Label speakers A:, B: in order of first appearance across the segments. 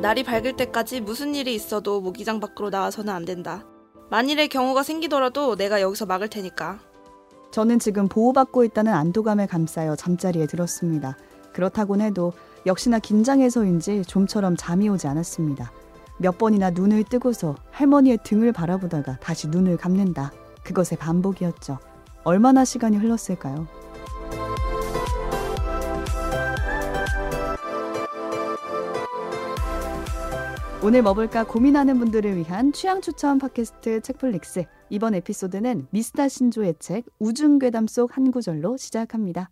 A: 날이 밝을 때까지 무슨 일이 있어도 모기장 밖으로 나와서는 안 된다. 만일의 경우가 생기더라도 내가 여기서 막을 테니까.
B: 저는 지금 보호받고 있다는 안도감에 감싸여 잠자리에 들었습니다. 그렇다곤 해도 역시나 긴장해서인지 좀처럼 잠이 오지 않았습니다. 몇 번이나 눈을 뜨고서 할머니의 등을 바라보다가 다시 눈을 감는다. 그것의 반복이었죠. 얼마나 시간이 흘렀을까요? 오늘 먹을까 고민하는 분들을 위한 취향 추천 팟캐스트 책플릭스. 이번 에피소드는 미스터 신조의 책 우중괴담 속 한 구절로 시작합니다.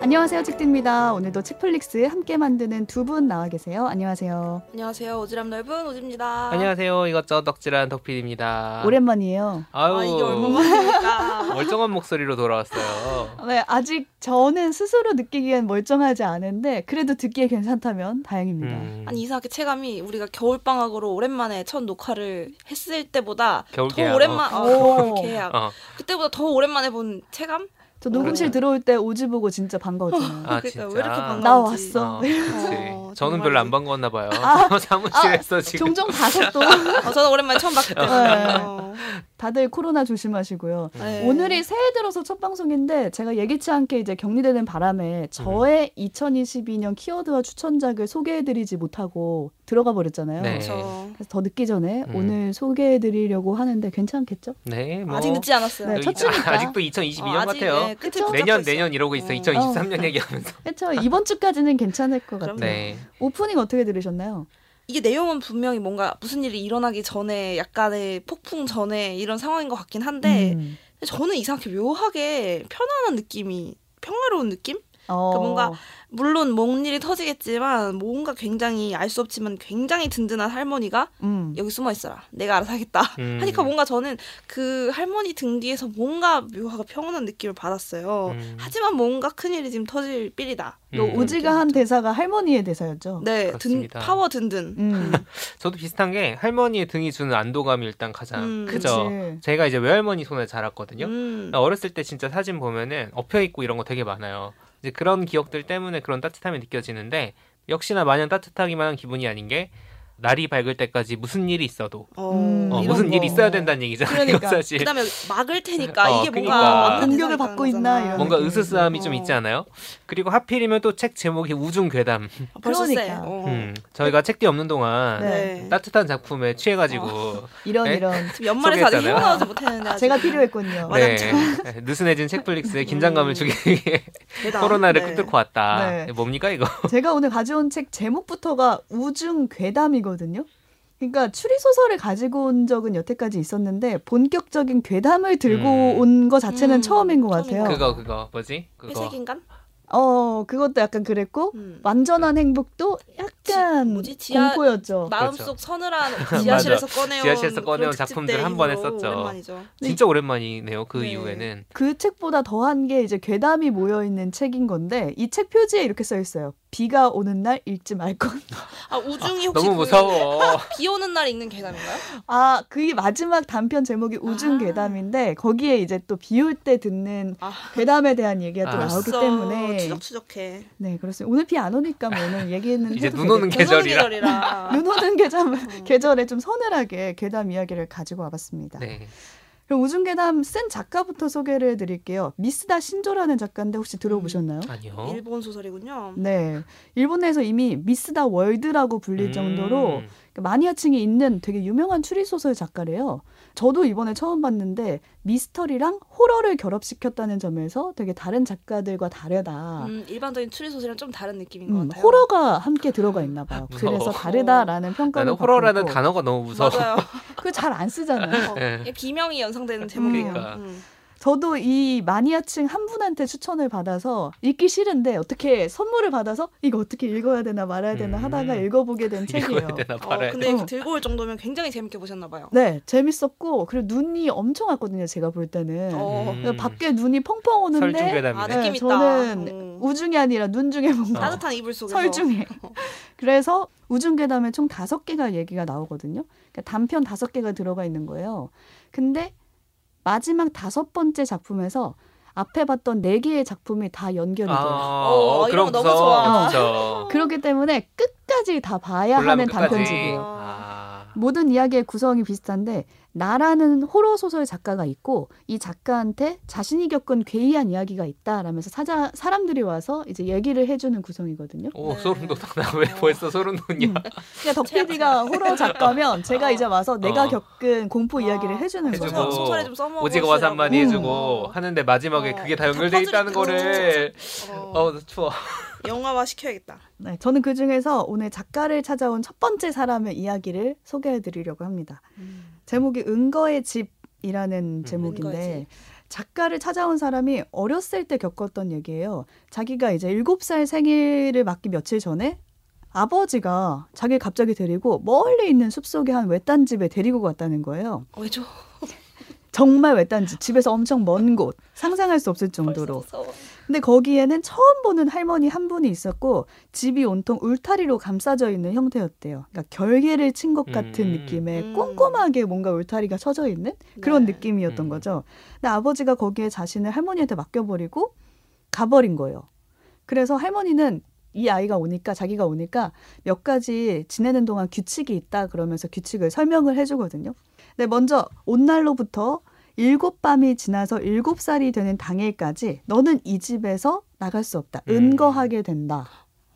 B: 안녕하세요, 책디입니다. 오늘도 책플릭스 함께 만드는 두 분 나와 계세요. 안녕하세요.
A: 안녕하세요. 오지랖 넓은 오지입니다.
C: 안녕하세요. 이것저것 덕질한
B: 아.
C: 덕필입니다.
B: 오랜만이에요.
C: 아유,
A: 아, 이게 얼마만입니까?
C: 멀쩡한 목소리로 돌아왔어요.
B: 네, 아직 저는 스스로 느끼기엔 멀쩡하지 않은데 그래도 듣기에 괜찮다면 다행입니다.
C: 음,
A: 아니 이상하게 체감이 우리가 겨울 방학으로 오랜만에 첫 녹화를 했을 때보다
C: 겨울
A: 더
C: 개학,
A: 오랜만 아,
B: 오.
A: 겨울 개학.
C: 어,
A: 그때보다 더 오랜만에 본 체감?
B: 저 녹음실 들어올 때 오지 보고 진짜 네. 반가웠잖아요.
C: 아,
A: 그러니까
C: 진짜.
A: 왜 이렇게 반가운지.
B: 나 왔어.
C: 어, 그치.
A: 어, 아,
C: 저는
A: 정말.
C: 별로 안 반가웠나 봐요. 사무실에서 지금.
B: 종종 가서 또
A: 어, 저는 오랜만에 처음 봤기 때문에. 어.
B: 다들 코로나 조심하시고요.
A: 네.
B: 네. 오늘이 새해 들어서 첫 방송인데 제가 예기치 않게 이제 격리되는 바람에 저의 2022년 키워드와 추천작을 소개해드리지 못하고 들어가 버렸잖아요.
C: 네.
A: 그렇죠.
B: 그래서 더 늦기 전에
C: 음.
B: 오늘 소개해드리려고 하는데 괜찮겠죠?
C: 네, 뭐.
A: 아직 늦지 않았어요.
B: 네,
C: 여기-
B: 첫 주니까.
C: 아, 아직도 2022년
A: 아직,
C: 같아요.
A: 네, 끝을
B: 그쵸?
A: 붙잡고
C: 내년,
A: 있어요.
C: 내년 이러고 있어.
A: 어.
C: 2023년 얘기하면서.
B: 그렇죠. 이번 주까지는 괜찮을 것 같아요.
A: 그럼요.
C: 네.
B: 오프닝 어떻게 들으셨나요?
A: 이게 내용은 분명히 뭔가 무슨 일이 일어나기 전에 약간의 폭풍 전에 이런 상황인 것 같긴 한데
B: 음.
A: 저는 이상하게 묘하게 편안한 느낌이 평화로운 느낌?
B: 어,
A: 그 뭔가 물론 뭔 일이 터지겠지만 뭔가 굉장히 알 수 없지만 굉장히 든든한 할머니가
B: 음.
A: 여기 숨어 있어라 내가 알아서 하겠다
C: 음.
A: 하니까 뭔가 저는 그 할머니 등 뒤에서 뭔가 묘하게 평온한 느낌을 받았어요.
C: 음.
A: 하지만 뭔가 큰일이 지금 터질 삘이다.
B: 요
C: 음.
B: 오지가 한 대사가 할머니의 대사였죠.
A: 네, 든,
C: 그렇습니다.
A: 파워 든든.
B: 음,
C: 저도 비슷한 게 할머니의 등이 주는 안도감이 일단 가장
A: 음,
C: 크죠.
B: 그치.
C: 제가 이제 외할머니 손에 자랐거든요.
A: 음.
C: 나 어렸을 때 진짜 사진 보면은 엎여 있고 이런 거 되게 많아요. 이제 그런 기억들 때문에 그런 따뜻함이 느껴지는데 역시나 마냥 따뜻하기만 한 기분이 아닌 게 날이 밝을 때까지 무슨 일이 있어도
A: 어,
B: 음.
C: 어,
A: 이런
C: 무슨
A: 거.
C: 일이 있어야 된다는 얘기잖아요.
B: 그러니까.
C: 이거 사실
A: 그다음에 막을 테니까
C: 어,
A: 이게
C: 그러니까.
A: 뭔가 맞는
B: 공격을
A: 대상이
B: 받고
A: 있다는
B: 있나
A: 거잖아.
B: 이런
C: 뭔가
B: 느낌이
C: 으스스함이
A: 들고.
C: 좀 있지 않아요? 그리고 하필이면 또 책 제목이 우중 괴담.
A: 아, 벌써 세.
B: 그러니까.
A: 어.
C: 음, 저희가 책뒤 없는 동안
A: 네. 어.
C: 따뜻한 작품에 취해가지고
B: 이런
C: 네?
B: 이런
A: 지금 연말에서 아직
C: 소개했잖아요.
A: 헤어나오지 못했는데 아직
B: 제가 필요했군요.
A: 맞아.
C: 네, 느슨해진 책플릭스의 긴장감을 주기 위해
A: 대단.
C: 코로나를
A: 음. 네. 어.
C: 끄뚫고 왔다.
B: 네.
C: 뭡니까 이거?
B: 제가 오늘 가져온 책 제목부터가 우중 괴담이거든요. 그러니까 추리 소설을 가지고 온 적은 여태까지 있었는데 본격적인 괴담을 들고
C: 음.
B: 온 거 자체는
A: 음,
B: 처음인 것 같아요.
A: 어. 처음인 것
C: 그거 그거 뭐지? 그거
A: 회색인간?
B: 어 그것도 약간 그랬고
A: 음.
B: 완전한 행복도 약간
A: 지- 뭐지? 지하-
B: 공포였죠.
A: 마음속 서늘한 지하실에서 꺼내온
C: 그렇죠. 지하실에서 꺼내온
A: 그런
C: 작품들
A: 특집대
C: 한 번
A: 이후로
C: 했었죠.
A: 오랜만이죠.
C: 진짜 오랜만이네요. 그
A: 네.
C: 이후에는
B: 그 책보다 더한 게 이제 괴담이 모여 있는 책인 건데 이 책 표지에 이렇게 써 있어요. 비가 오는 날 읽지 말 것.
A: 아 우중이 혹시
C: 너무 무서워.
A: 그비 오는 날 읽는 계단인가요?
B: 아, 그게 마지막 단편 제목이 우중
A: 아.
B: 괴담인데 거기에 이제 또 비 올 때 듣는
A: 아.
B: 괴담에 대한 얘기가 또
C: 아.
B: 나오기
A: 벌써
B: 때문에
A: 추적 추적해.
B: 네 그렇습니다. 오늘 비 안 오니까 뭐 오늘 얘기는
C: 이제
B: 해도
C: 눈 오는
B: 되겠죠?
C: 계절이라.
A: 계절이라. 계절이라.
B: 눈 오는
A: 아.
B: 계절 계절에 좀 서늘하게 괴담 이야기를 가지고 와봤습니다.
C: 네.
B: 그럼 우중 괴담 쓴 작가부터 소개를 해드릴게요. 미스다 신조라는 작가인데 혹시 들어보셨나요?
C: 아니요.
A: 일본 소설이군요.
C: 음.
B: 네, 일본 내에서 이미 미스다 월드라고 불릴 정도로
C: 음.
B: 그 마니아층이 있는 되게 유명한 추리소설 작가래요. 저도 이번에 처음 봤는데 미스터리랑 호러를 결합시켰다는 점에서 되게 다른 작가들과 다르다.
A: 음, 일반적인 추리 소설이랑 좀 다른 느낌인 것
B: 음,
A: 같아요.
B: 호러가 함께 들어가 있나 봐요.
C: 무서워.
B: 그래서 다르다라는 평가를
C: 나는 호러라는
B: 받고
C: 단어가 너무 무서워.
A: 맞아요.
B: 그잘 안 쓰잖아요.
A: 어,
C: 네.
A: 이게 비명이 연상되는 제목이에요.
C: 그러니까.
A: 음.
B: 저도 이 마니아층 한 분한테 추천을 받아서 읽기 싫은데 어떻게 선물을 받아서 이거 어떻게 읽어야 되나 말아야 되나
C: 음.
B: 하다가 읽어보게 된 책이에요.
C: 이거에 대나
A: 어,
C: 팔아야 돼.
A: 근데
B: 어.
A: 들고 올 정도면 굉장히 재밌게 보셨나 봐요.
B: 네, 재밌었고 그리고 눈이 엄청 왔거든요. 제가 볼 때는
A: 어.
C: 음.
B: 그러니까 밖에 눈이 펑펑 오는데
A: 아
C: 설중괴담이네.
B: 네,
A: 느낌 있다. 어.
B: 저는 우중이 아니라 눈 중에 뭔가
C: 어.
A: 따뜻한 이불 속에서.
B: 설 중에. 그래서 우중괴담에 총 다섯 개가 얘기가 나오거든요. 그러니까 단편 다섯 개가 들어가 있는 거예요. 근데 마지막 다섯 번째 작품에서 앞에 봤던 네 개의 작품이 다 연결이 돼요.
C: 아,
A: 어, 이런 거 너무 좋아.
C: 그렇죠.
B: 그러기 때문에 끝까지 다 봐야 하는 단편집이에요.
C: 아,
B: 모든 이야기의 구성이 비슷한데 나라는 호러 소설 작가가 있고 이 작가한테 자신이 겪은 괴이한 이야기가 있다라면서 사자 사람들이 와서 이제 얘기를 해주는 구성이거든요.
C: 오 소름 돋아. 나왜 벌써 소름 돋냐?
B: 그냥 그러니까 덕 PD가 호러 작가면 제가 이제 와서 내가
C: 어. 아.
B: 겪은 공포 이야기를
A: 어.
B: 해주는
C: 해주고.
B: 거죠.
A: 소설, 소설에 좀 써먹어.
C: 오지가 와서 한마디
B: 음.
C: 해주고 하는데 마지막에
A: 어,
C: 그게 다
A: 다
C: 연결돼 있다는 거를
A: 어,
C: 어 추워.
A: 영화화 시켜야겠다.
B: 네, 저는 그 중에서 오늘 작가를 찾아온 첫 번째 사람의 이야기를 소개해드리려고 합니다. 음. 제목이 은거의 집이라는
A: 은거의
B: 제목인데
A: 집.
B: 작가를 찾아온 사람이 어렸을 때 겪었던 얘기예요. 자기가 이제 일곱 살 생일을 맞기 며칠 전에 아버지가 자기를 갑자기 데리고 멀리 있는 숲속의 한 외딴 집에 데리고 갔다는 거예요.
A: 왜죠?
B: 정말 외딴 집, 집에서 엄청 먼 곳, 상상할 수 없을 정도로. 근데 거기에는 처음 보는 할머니 한 분이 있었고 집이 온통 울타리로 감싸져 있는 형태였대요. 그러니까 결계를 친 것 같은
C: 음.
B: 느낌의
A: 음.
B: 꼼꼼하게 뭔가 울타리가 쳐져 있는 그런
A: 네.
B: 느낌이었던
C: 음.
B: 거죠. 근데 아버지가 거기에 자신을 할머니한테 맡겨버리고 가버린 거예요. 그래서 할머니는 이 아이가 오니까 자기가 오니까 몇 가지 지내는 동안 규칙이 있다 그러면서 규칙을 설명을 해주거든요. 근데 먼저 온 날로부터 일곱 밤이 지나서 일곱 살이 되는 당일까지 너는 이 집에서 나갈 수 없다.
C: 음.
B: 은거하게 된다.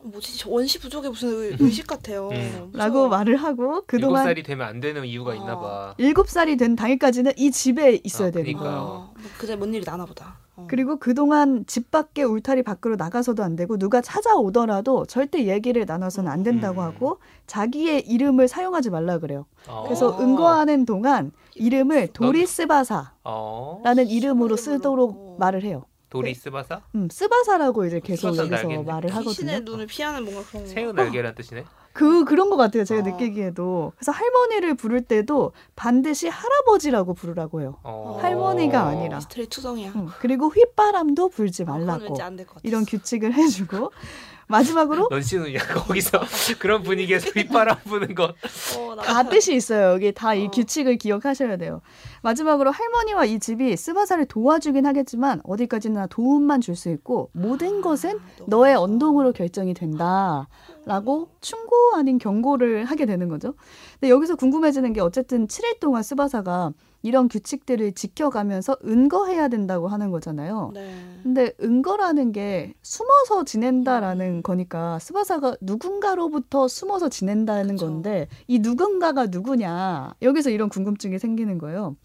A: 뭐지? 저 원시 부족의 무슨 의- 의식 같아요.
C: 음.
B: 라고
A: 무서워.
B: 말을 하고
C: 일곱
B: 그동안
C: 살이 되면 안 되는 이유가 있나 봐.
B: 일곱 살이 된 당일까지는 이 집에 있어야
C: 아,
B: 되는
C: 그러니까.
B: 거예요.
C: 그러니까요.
A: 어, 뭐 그제 뭔 일이 나나 보다. 어.
B: 그리고 그동안 집 밖에 울타리 밖으로 나가서도 안 되고 누가 찾아오더라도 절대 얘기를 나눠서는 안 된다고
C: 음.
B: 하고 자기의 이름을 사용하지 말라 그래요.
C: 어.
B: 그래서
A: 어.
B: 은거하는 동안 이름을 도리스바사라는 네.
C: 어
B: 이름으로
A: 이름으로?
B: 쓰도록
A: 어.
B: 말을 해요.
C: 도리스바사
B: 음, 스바사라고 이제 계속
C: 스바사는
B: 여기서
C: 알겠네.
B: 말을
A: 귀신의
B: 하거든요.
A: 눈을 피하는 뭔가 그런 거.
C: 새우 날개란 뜻이네.
B: 그 그런 것 같아요. 제가
A: 어.
B: 느끼기에도 그래서 할머니를 부를 때도 반드시 할아버지라고 부르라고 해요.
C: 어.
B: 할머니가 아니라.
A: 미스터리 투성이야.
B: 음, 그리고 휘바람도 불지
A: 아, 그건
B: 말라고
A: 왠지 안될 것 같아. 어,
B: 이런 규칙을 해주고 마지막으로
C: 넌 씨는 야 거기서 그런 분위기에서 휘바람 부는 거.
A: 어, 나
B: 다 뜻이 있어요. 여기 다 이
A: 어.
B: 규칙을 기억하셔야 돼요. 마지막으로 할머니와 이 집이 스바사를 도와주긴 하겠지만 어디까지나 도움만 줄 수 있고
A: 아.
B: 모든 것은 너의 언동으로 결정이 된다라고 충고 아닌 경고를 하게 되는 거죠. 근데 여기서 궁금해지는 게 어쨌든 7일 동안 스바사가 이런 규칙들을 지켜가면서 은거해야 된다고 하는 거잖아요.
A: 네.
B: 근데 은거라는 게 숨어서
C: 음.
B: 지낸다라는 거니까 스바사가 누군가로부터 숨어서 지낸다는
A: 그쵸.
B: 건데 이 누군가가 누구냐 여기서 이런 궁금증이 생기는 거예요.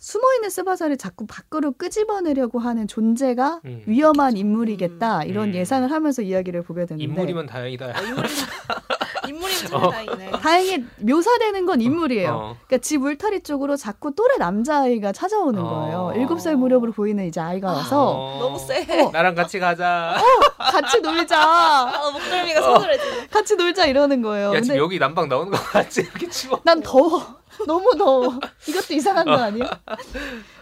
B: 숨어 있는 스바사를 자꾸 밖으로 끄집어내려고 하는 존재가
C: 음.
B: 위험한 인물이겠다 이런
C: 음.
B: 예상을 하면서 이야기를 보게 되는데
C: 인물이면 다행이다.
A: 어, 인물이 인물이
C: 어.
A: 참 다행이네.
B: 다행히 묘사되는 건 인물이에요.
C: 어.
B: 그러니까 집 울타리 쪽으로 자꾸 또래 남자아이가 찾아오는
C: 어.
B: 거예요. 일곱 살 무렵으로 보이는 이제 아이가 와서 어,
C: 어.
A: 너무 세.
C: 나랑 같이 가자.
B: 같이 놀자.
A: 아, 목덜미가 서늘해지네.
B: 같이 놀자 이러는 거예요.
C: 야 지금
B: 근데
C: 여기 난방 나오는 거 같지? 이렇게 치워.
B: 난 더워. 너무 더워. 이것도 이상한 거 아니야?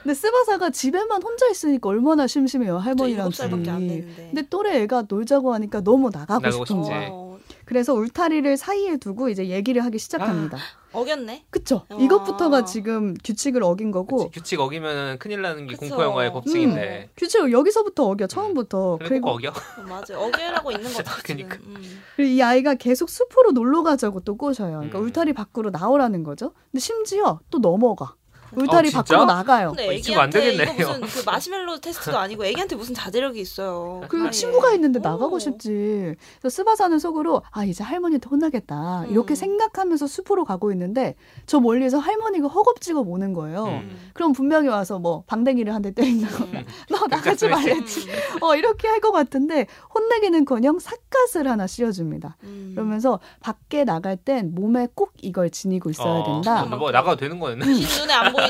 B: 근데 스바사가 집에만 혼자 있으니까 얼마나 심심해요. 할머니랑
A: 일곱 살밖에 안
B: 둘이.
A: 되는데.
B: 근데 또래 애가 놀자고 하니까 너무 나가고,
C: 나가고
B: 싶은
C: 싶지.
B: 거야.
A: 어,
B: 그래서 울타리를 사이에 두고 이제 얘기를 하기 시작합니다.
C: 아.
A: 어겼네.
B: 그쵸?
A: 아.
B: 이것부터가 지금 규칙을 어긴 거고.
C: 그치, 규칙 어기면 큰일 나는 게
A: 그쵸.
C: 공포 영화의 법칙인데.
B: 규칙을 여기서부터 어겨, 처음부터.
C: 근데 꼭
B: 그리고,
C: 어겨?
A: 어, 맞아. 어기라고 있는 것 같아. 지금.
C: 그러니까.
A: 음.
B: 그리고 이 아이가 계속 숲으로 놀러 가자고 또 꼬셔요. 그러니까
C: 음.
B: 울타리 밖으로 나오라는 거죠. 근데 심지어 또 넘어가. 울타리
C: 어, 진짜?
B: 밖으로 나가요.
A: 근데
C: 어, 이 친구 안
A: 애기한테 이거
C: 되겠네요.
A: 무슨 그 마시멜로 테스트도 아니고 애기한테 무슨 자제력이 있어요.
B: 그리고
A: 아예.
B: 친구가 있는데
A: 오.
B: 나가고 싶지. 그래서 스바사는 속으로 아 이제 할머니한테 혼나겠다
A: 음.
B: 이렇게 생각하면서 숲으로 가고 있는데 저 멀리서 할머니가 허겁지겁 오는 거예요.
C: 음.
B: 그럼 분명히 와서 뭐 방댕이를 한 대 때린다거나
A: 음.
B: 너
C: 그러니까
B: 나가지
A: 음.
B: 말랬지. 어 이렇게 할 것 같은데 혼내기는커녕 삿갓을 하나 씌워줍니다.
A: 음.
B: 그러면서 밖에 나갈 땐 몸에 꼭 이걸 지니고 있어야
C: 어,
B: 된다.
C: 뭐 나가도 되는 거였나?
A: 흰 눈에 안 보이는.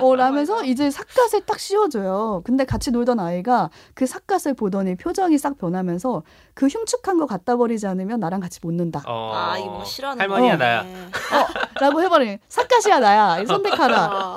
B: 어, 라면서 이제 삿갓을 딱 씌워줘요. 근데 같이 놀던 아이가 그 삿갓을 보더니 표정이 싹 변하면서 그 흉측한 거 갖다 버리지 않으면 나랑 같이 못 논다.
C: 어.
A: 아 이거 뭐 싫어하는
C: 할머니야
A: 거네.
C: 나야.
B: 라고 해버리니 삿갓이야 나야. 손
A: 아,
B: 선택하라.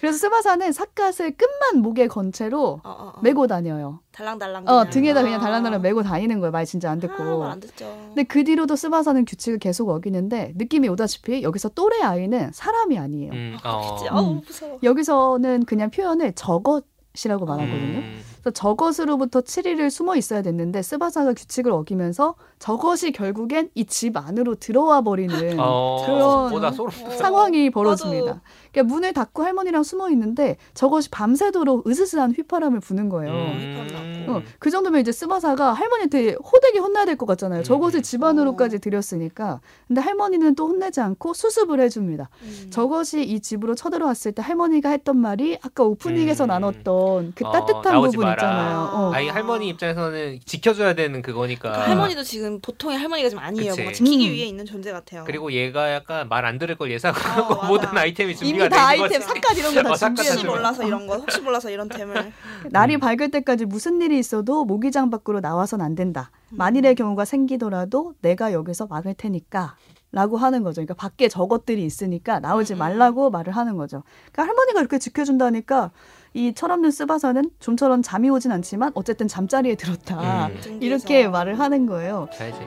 B: 그래서 스바사는 삿갓을 끝만 목에 건 채로
A: 어, 어, 어.
B: 메고 다녀요.
A: 달랑달랑.
B: 어
A: 그냥.
B: 등에다
A: 아.
B: 그냥 달랑달랑 메고 다니는 거예요. 말 진짜 안
A: 아,
B: 듣고.
A: 말안 듣죠.
B: 근데 그 뒤로도 스바사는 규칙을 계속 어기는데 느낌이 오다시피 여기서 또래 아이는 사람이 아니에요.
C: 음,
A: 아,
C: 어.
A: 진짜 아우 무서워.
B: 여기서는 그냥 표현을 저것이라고 말하거든요.
C: 음,
B: 그래서 저것으로부터 7일을 숨어 있어야 됐는데 스바사가 규칙을 어기면서 저것이 결국엔 이 집 안으로 들어와 버리는
C: 어,
B: 그런
C: 뭐다 소름.
A: 어.
B: 상황이 벌어집니다. 그러니까 문을 닫고 할머니랑 숨어 있는데 저것이 밤새도록 으스스한 휘파람을 부는 거예요.
A: 음.
B: 어, 그 정도면 이제 스바사가 할머니한테 호되게 혼나야 될 것 같잖아요.
C: 음.
B: 저것을 집
A: 어.
B: 안으로까지 들였으니까. 근데 할머니는 또 혼내지 않고 수습을 해줍니다.
A: 음.
B: 저것이 이 집으로 쳐들어왔을 때 할머니가 했던 말이 아까 오프닝에서
C: 음.
B: 나눴던 그
C: 어,
B: 따뜻한
C: 나오지
B: 부분
C: 마라.
B: 있잖아요. 어.
C: 아이 할머니 입장에서는 지켜줘야 되는 그거니까.
A: 그러니까 할머니도 지금 보통의 할머니가 지금 아니에요.
C: 그치.
A: 뭔가 지키기
B: 음.
A: 위해 있는 존재 같아요.
C: 그리고 얘가 약간 말 안 들을 걸
A: 어,
C: 예상하고
A: 맞아.
C: 모든 아이템이 준비가
B: 이미 다
C: 된 거지.
B: 아이템 삿갓 이런 거 다
C: 어, 삿갓
A: 혹시
B: 준비해
C: 사실은.
A: 몰라서 이런 거, 혹시 몰라서 이런 템을.
B: 날이
C: 음.
B: 밝을 때까지 무슨 일이 있어도 모기장 밖으로 나와선 안 된다. 만일의 경우가 생기더라도 내가 여기서 막을 테니까. 라고 하는 거죠. 그러니까 밖에 저것들이 있으니까 나오지
A: 음.
B: 말라고 말을 하는 거죠. 그러니까 할머니가 이렇게 지켜준다니까 이 철없는 쓰바사는 좀처럼 잠이 오진 않지만 어쨌든 잠자리에 들었다.
C: 음.
A: 등기에서.
B: 이렇게 말을 하는 거예요.
C: 잘지.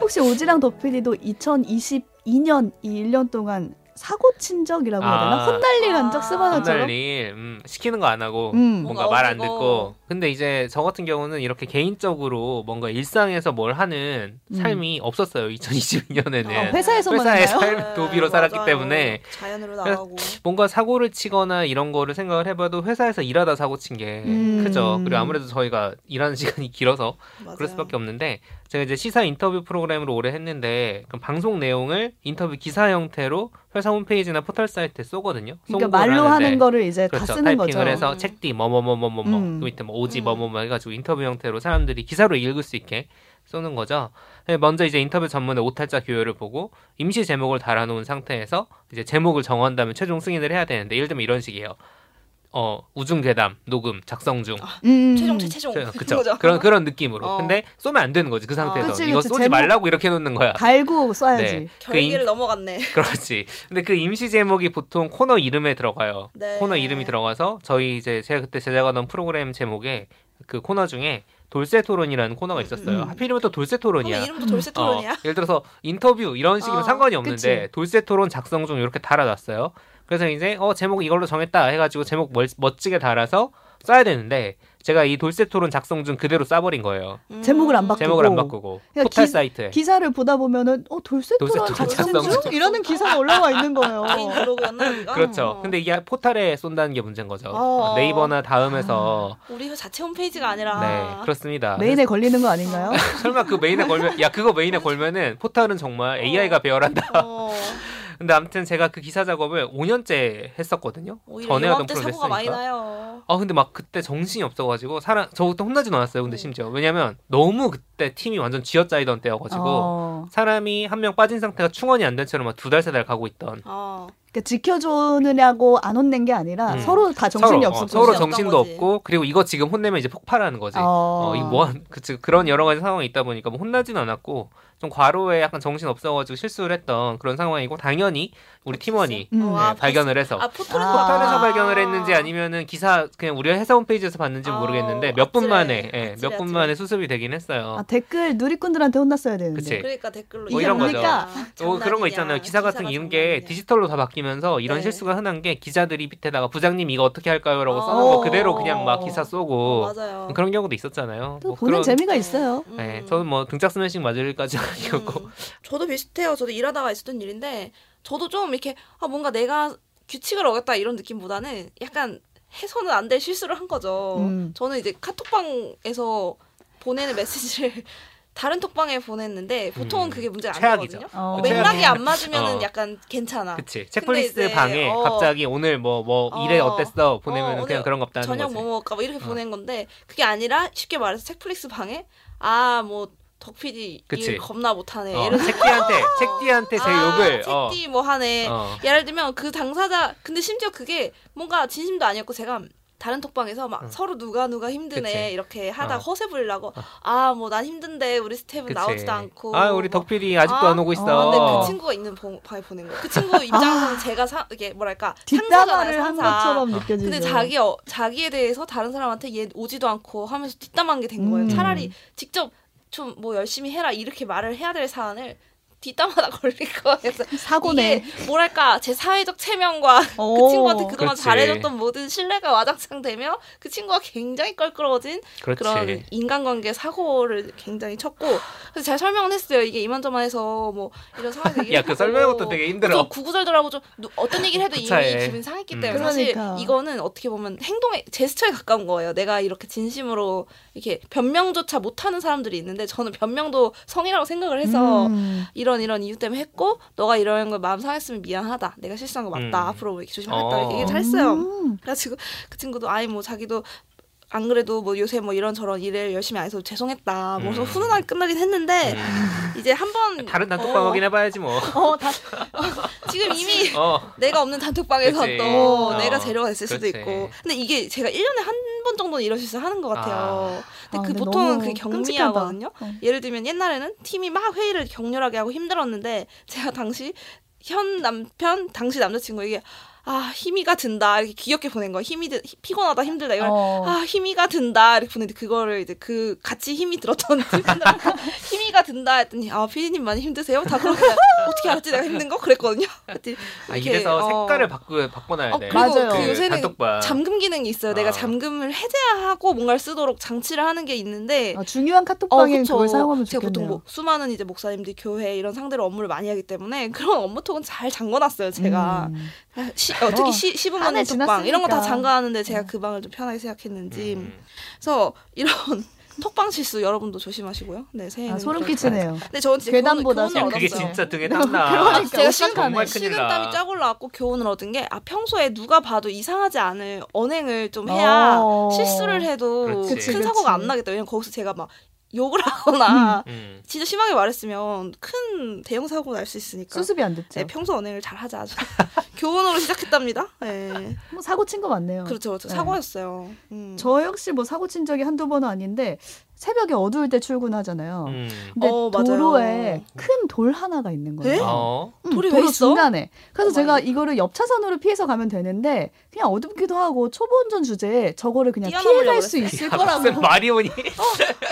B: 혹시 오지랑 도피디도 2022년 이 1년 동안 사고 친 적이라고 해야 되나?
C: 아.
B: 혼날일 한 적
A: 아.
B: 쓰바사처럼?
C: 혼날일 음, 시키는 거 안 하고
B: 음.
C: 뭔가
A: 뭔가
C: 말 안
A: 어기고.
C: 듣고 근데 이제 저 같은 경우는 이렇게 개인적으로 뭔가 일상에서 뭘 하는
B: 음.
C: 삶이 없었어요 2022년에는
B: 어, 회사에서만
C: 회사에
B: 했나요?
C: 삶의 도비로 살았기 때문에
A: 아, 자연으로
C: 그래서
A: 나가고
C: 뭔가 사고를 치거나 이런 거를 생각을 해봐도 회사에서 일하다 사고 친 게
B: 음.
C: 크죠 그리고 아무래도 저희가 일하는 시간이 길어서
A: 맞아요.
C: 그럴 수밖에 없는데 제가 이제 시사 인터뷰 프로그램으로 오래 했는데 그럼 방송 내용을 인터뷰 기사 형태로 회사 홈페이지나 포털 사이트에 쏘거든요
B: 그러니까
C: 송고를
B: 말로
C: 하는데.
B: 하는 거를 이제
C: 그렇죠.
B: 다 쓰는
C: 타이핑을
B: 거죠.
C: 해서
A: 음.
C: 책디 뭐뭐뭐뭐뭐뭐
B: 음.
C: 그 밑에 뭐 오지
A: 음.
C: 뭐뭐뭐 해가지고 인터뷰 형태로 사람들이 기사로 읽을 수 있게 쏘는 거죠. 네, 먼저 이제 인터뷰 전문의 오탈자 교열을 보고 임시 제목을 달아놓은 상태에서 이제 제목을 정한 다음에 최종 승인을 해야 되는데 예를 들면 이런 식이에요. 어 우중괴담 녹음 작성 중
B: 음.
A: 최종 최종
C: 그쵸 그런 그런 느낌으로
A: 어.
C: 근데 쏘면 안 되는 거지 그 상태에서
B: 그치,
C: 이거
B: 그치.
C: 쏘지
B: 제목-
C: 말라고 이렇게 놓는 거야
B: 달고 써야지.
C: 네. 그 인-
A: 결계를 넘어갔네.
C: 그렇지. 근데 그 임시 제목이 보통 코너 이름에 들어가요.
A: 네.
C: 코너 이름이 들어가서 저희 이제 제가 그때 제작하던 프로그램 제목에 그 코너 중에 돌쇠 토론이라는 코너가 있었어요.
B: 음.
C: 하필이면 또 돌쇠
A: 그럼
C: 토론이야.
A: 이름도 돌쇠 토론이야.
C: 어, 예를 들어서 인터뷰 이런 식이면
A: 어,
C: 상관이 없는데 돌쇠 토론 작성 중 이렇게 달아놨어요. 그래서 이제 어 제목 이걸로 정했다 해가지고 제목 멀- 멋지게 달아서 써야 되는데 제가 이 돌쇠 토론 작성 중 그대로 싸버린 거예요.
A: 음.
B: 제목을 안 바꾸고.
C: 제목을 안 바꾸고
A: 그러니까
B: 야,
C: 포털
B: 기-
C: 사이트에
B: 기사를 보다 보면은 어 돌쇠토란
C: 네. 돌쇠토란
B: 작성
C: 작성
B: 중 이러는 기사가 올라와 있는 거예요.
A: 개인 블로그였나 우리가?
C: 그렇죠.
A: 어.
C: 근데 이게 포털에 쏜다는 게 문제인 거죠.
A: 어.
C: 네이버나 다음에서
A: 우리 회사 자체 홈페이지가 아니라
C: 네 그렇습니다.
B: 메인에 걸리는 거 아닌가요?
C: 설마 그 메인에 걸면 야 그거 메인에 걸면은 포털은 정말
A: 어.
C: AI가 배열한다.
A: 어,
C: 근데 아무튼 제가 그 기사 작업을 5년째 했었거든요.
A: 오히려
C: 전에 하던
A: 이맘때
C: 프로를
A: 사고가 많이
C: 했으니까.
A: 나요.
C: 아 근데 막 그때 정신이 없어가지고 사람 저 그때 혼나진 않았어요. 근데
A: 음.
C: 심지어 왜냐면 너무 그때 팀이 완전 쥐어짜이던 때여가지고
B: 어,
C: 사람이 한 명 빠진 상태가 충원이 안 된 채로 막 두 달 세 달 가고 있던
A: 어.
B: 그러니까 지켜주느냐고 안 혼낸 게 아니라
C: 음.
B: 서로 다 정신이
C: 서로,
B: 없었고
C: 어, 서로
A: 정신이
C: 정신도
A: 없던 거지.
C: 없고 그리고 이거 지금 혼내면 이제 폭발하는 거지.
B: 어,
C: 어, 이뭐 그치 그런 여러 가지 상황이 있다 보니까 뭐 혼나진 않았고 좀 과로에 약간 정신 없어가지고 실수를 했던 그런 상황이고 당연히 우리 팀원이
B: 음.
A: 어,
C: 네,
A: 아,
C: 발견을 해서
A: 아 포털에서
B: 아.
C: 포털에서
A: 봤구나.
C: 발견을 했는지 아니면은 기사 그냥 우리 회사 홈페이지에서 봤는지
A: 아,
C: 모르겠는데 몇 분
A: 아찔해.
C: 만에 예,
A: 아찔해,
C: 몇 분
A: 아찔해.
C: 만에 수습이 되긴 했어요.
B: 아, 댓글 누리꾼들한테 혼났어야 되는데.
C: 그치.
A: 그러니까 댓글로
B: 뭐
C: 네. 이런 거죠. 어,
A: 장난이냐,
C: 그런 거 있잖아요. 기사 같은
A: 기사가
C: 이런 게
A: 장난이냐.
C: 디지털로 다 바뀌면서 이런
A: 네.
C: 실수가 흔한 게 기자들이 밑에다가 부장님 이거 어떻게 할까요라고 써놓은
B: 어.
C: 거 그대로 그냥 막 기사 쏘고
A: 아. 어, 맞아요.
C: 뭐 그런 경우도 있었잖아요.
B: 또
C: 뭐
B: 보는
C: 그런-
B: 재미가 있어요.
A: 음.
C: 네, 저는 뭐 등짝 스매싱 맞을까지 아니었고
A: 음. 저도 비슷해요. 저도 일하다가 있었던 일인데 저도 좀 이렇게 아, 뭔가 내가 규칙을 어겼다 이런 느낌보다는 약간 해서는 안 될 실수를 한 거죠.
B: 음.
A: 저는 이제 카톡방에서 보내는 메시지를 다른 톡방에 보냈는데 보통은
C: 음.
A: 그게 문제가
C: 최악이죠.
A: 아니거든요.
B: 어.
C: 어.
A: 맥락이 안 맞으면은
C: 어.
A: 약간 괜찮아.
C: 그치 체플리스트
A: 이제,
C: 방에
A: 어.
C: 갑자기 오늘 뭐 뭐
A: 어.
C: 일에 어땠어
A: 어,
C: 보내면
A: 오늘
C: 그냥 그런 거 없다는
A: 저녁
C: 거지
A: 뭐 먹을까 뭐 이렇게
C: 어.
A: 보낸 건데 그게 아니라 쉽게 말해서 책플릭스 방에 아 뭐 덕피디
C: 그치.
A: 일 겁나 못하네.
C: 어,
A: 이런
C: 책디한테 책디한테 제 욕을
A: 아, 책디 뭐 하네.
C: 어. 어.
A: 예를 들면 그 당사자 근데 심지어 그게 뭔가 진심도 아니었고 제가 다른 톡방에서 막
C: 응.
A: 서로 누가 누가 힘드네
C: 그치.
A: 이렇게 하다
C: 어.
A: 허세 부리려고 아 뭐 난 힘든데 우리 스텝은
C: 그치.
A: 나오지도 않고
C: 아 우리
A: 뭐
C: 덕필이 아직도
A: 아,
C: 안 오고
A: 아,
C: 있어.
A: 근데 그 친구가 있는 보- 방에 보낸 거예요. 그 친구 입장에서는 제가 사, 이게 뭐랄까 상사잖아요,
B: 뒷담화를 한
A: 상사.
B: 것처럼
C: 아.
B: 느껴지죠.
A: 근데 자기 어, 자기에 대해서 다른 사람한테 얘 오지도 않고 하면서 뒷담한 게 된 거예요.
B: 음.
A: 차라리 직접 좀 뭐 열심히 해라 이렇게 말을 해야 될 사안을 뒷담하다 걸린 거에서
B: 사고네.
A: 이게 뭐랄까 제 사회적 체면과 그
B: 어.
A: 친구한테 그동안
C: 그렇지.
A: 잘해줬던 모든 신뢰가 와장창 되며 그 친구가 굉장히 껄끄러워진
C: 그렇지.
A: 그런 인간관계 사고를 굉장히 쳤고 그래서 잘 설명은 했어요. 이게 이만저만해서 뭐 이런 상황에서
C: 야 그 설명 것도 되게 힘들어.
A: 좀 구구절절하고 좀 누- 어떤 얘기를 해도
C: 구차해.
A: 이미 기분 상했기
C: 음.
A: 때문에
B: 그러니까.
A: 사실 이거는 어떻게 보면 행동에 제스처에 가까운 거예요. 내가 이렇게 진심으로 이렇게 변명조차 못하는 사람들이 있는데 저는 변명도 성이라고 생각을 해서
B: 음.
A: 이런 이런 이유 때문에 했고 너가 이런 걸 마음 상했으면 미안하다. 내가 실수한 거 맞다.
C: 음.
A: 앞으로 뭐 이렇게 조심하겠다.
C: 어.
A: 이렇게 얘기를 했어요.
B: 음.
A: 그래가지고 그 친구도 아이 뭐 자기도 안 그래도 뭐 요새 뭐 이런저런 일을 열심히 안 해서 죄송했다. 뭐 그래서
C: 음.
A: 훈훈하게 끝나긴 했는데 이제 한번
C: 다른 단톡방 확인해 봐야지 뭐.
B: 어, 다
A: 지금 이미
C: 어.
A: 내가 없는 단톡방에서
C: 그치.
A: 또
C: 어.
A: 내가 재료가 됐을
C: 그렇지.
A: 수도 있고. 근데 이게 제가 1년에 한 번 정도는 이런 실수 하는 것 같아요. 근데
B: 아,
A: 그
B: 근데
A: 보통은
B: 너무
A: 그게 경미하거든요.
B: 끔찍하다. 어.
A: 예를 들면 옛날에는 팀이 막 회의를 격렬하게 하고 힘들었는데 제가 당시 현 남편, 당시 남자친구에게 아, 힘이가 든다. 이렇게 귀엽게 보낸 거예요. 힘이 드, 히- 피곤하다, 힘들다. 이걸
B: 어.
A: 아, 힘이가 든다. 이렇게 보냈는데 그거를 이제 그 같이 힘이 들었던 친구들한테 힘이가 든다 했더니 아, 피디님 많이 힘드세요? 다 그렇게 어떻게 알았지? 내가 힘든 거 그랬거든요. 그랬더니
C: 아
A: 이렇게,
C: 이래서
A: 어.
C: 색깔을 바꾸 바꿔놔야
A: 어,
C: 돼.
A: 그리고
B: 맞아요.
A: 그
B: 그
A: 요새는
C: 단톡방.
A: 잠금 기능이 있어요.
C: 아.
A: 내가 잠금을 해제하고 뭔가를 쓰도록 장치를 하는 게 있는데
B: 아, 중요한
A: 어,
B: 카톡방에
A: 그쵸.
B: 그걸 사용하면
A: 제가 보통
B: 좋겠네요.
A: 뭐 수많은 이제 목사님들 교회 이런 상대로 업무를 많이 하기 때문에 그런 업무톡은 잘 잠궈놨어요. 제가
B: 음.
A: 시, 어, 특히
B: 어,
A: 시,
B: 한
A: 시부모님
B: 해
A: 독방 이런 거 다
B: 지났으니까.
A: 잠가놨는데 제가
B: 어.
A: 그 방을 좀 편하게 생각했는지
C: 음.
A: 그래서 이런 톡방 실수 여러분도 조심하시고요. 네 새해는
B: 아, 소름 끼치네요.
A: 근데 저는 진짜
B: 괴담보다
A: 교훈,
C: 야,
A: 교훈을
B: 소름
C: 그게
A: 얻었어요.
B: 끼치네.
C: 진짜 등에
B: 너무
C: 땀나.
B: 그러니까
A: 제가
B: 어떡하네.
C: 정말 큰일 나.
A: 식은땀이 쫙 올라왔고 교훈을 얻은 게 아 평소에 누가 봐도 이상하지 않을 언행을 좀 해야
B: 어.
A: 실수를 해도
C: 그렇지.
A: 큰
B: 그치,
A: 사고가
B: 그치.
A: 안 나겠다. 왜냐면 거기서 제가 막 욕을 하거나
C: 음.
A: 진짜 심하게 말했으면 큰 대형 사고 날 수 있으니까.
B: 수습이 안 됐죠.
A: 네, 평소 언행을 잘 하자. 교훈으로 시작했답니다. 네.
B: 뭐 사고 친 거 맞네요.
A: 그렇죠. 그렇죠.
B: 네.
A: 사고였어요. 음.
B: 저 역시 뭐 사고 친 적이 한두 번은 아닌데 새벽에 어두울 때 출근하잖아요.
C: 음.
B: 근데
A: 어, 맞아요.
B: 도로에 큰 돌 하나가 있는
A: 에?
B: 거예요.
C: 어.
B: 음,
A: 돌이 왜
B: 도로
A: 있어?
B: 중간에. 그래서
A: 어머,
B: 제가
A: 아이고.
B: 이거를 옆 차선으로 피해서 가면 되는데 그냥 어둡기도 하고 초보 운전 주제에 저거를 그냥
A: 뛰어넘으려고
B: 피해갈 수
A: 그랬어요?
B: 있을
C: 야,
B: 거라고
C: 무슨 마리오니?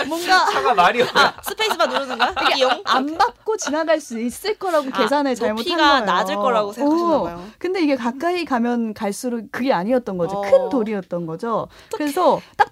B: 뭔가
C: 차가 마리오.
A: 아, 스페이스바 누르는 거야? 이용?
B: 안 밟고 지나갈 수 있을 거라고
A: 아,
B: 그 계산을 잘못한
A: 높이가
B: 거예요.
A: 낮을 거라고 생각하셨나
B: 어.
A: 봐요.
B: 근데 이게 가까이 가면 갈수록 그게 아니었던 거죠.
A: 어.
B: 큰 돌이었던 거죠. 그래서 딱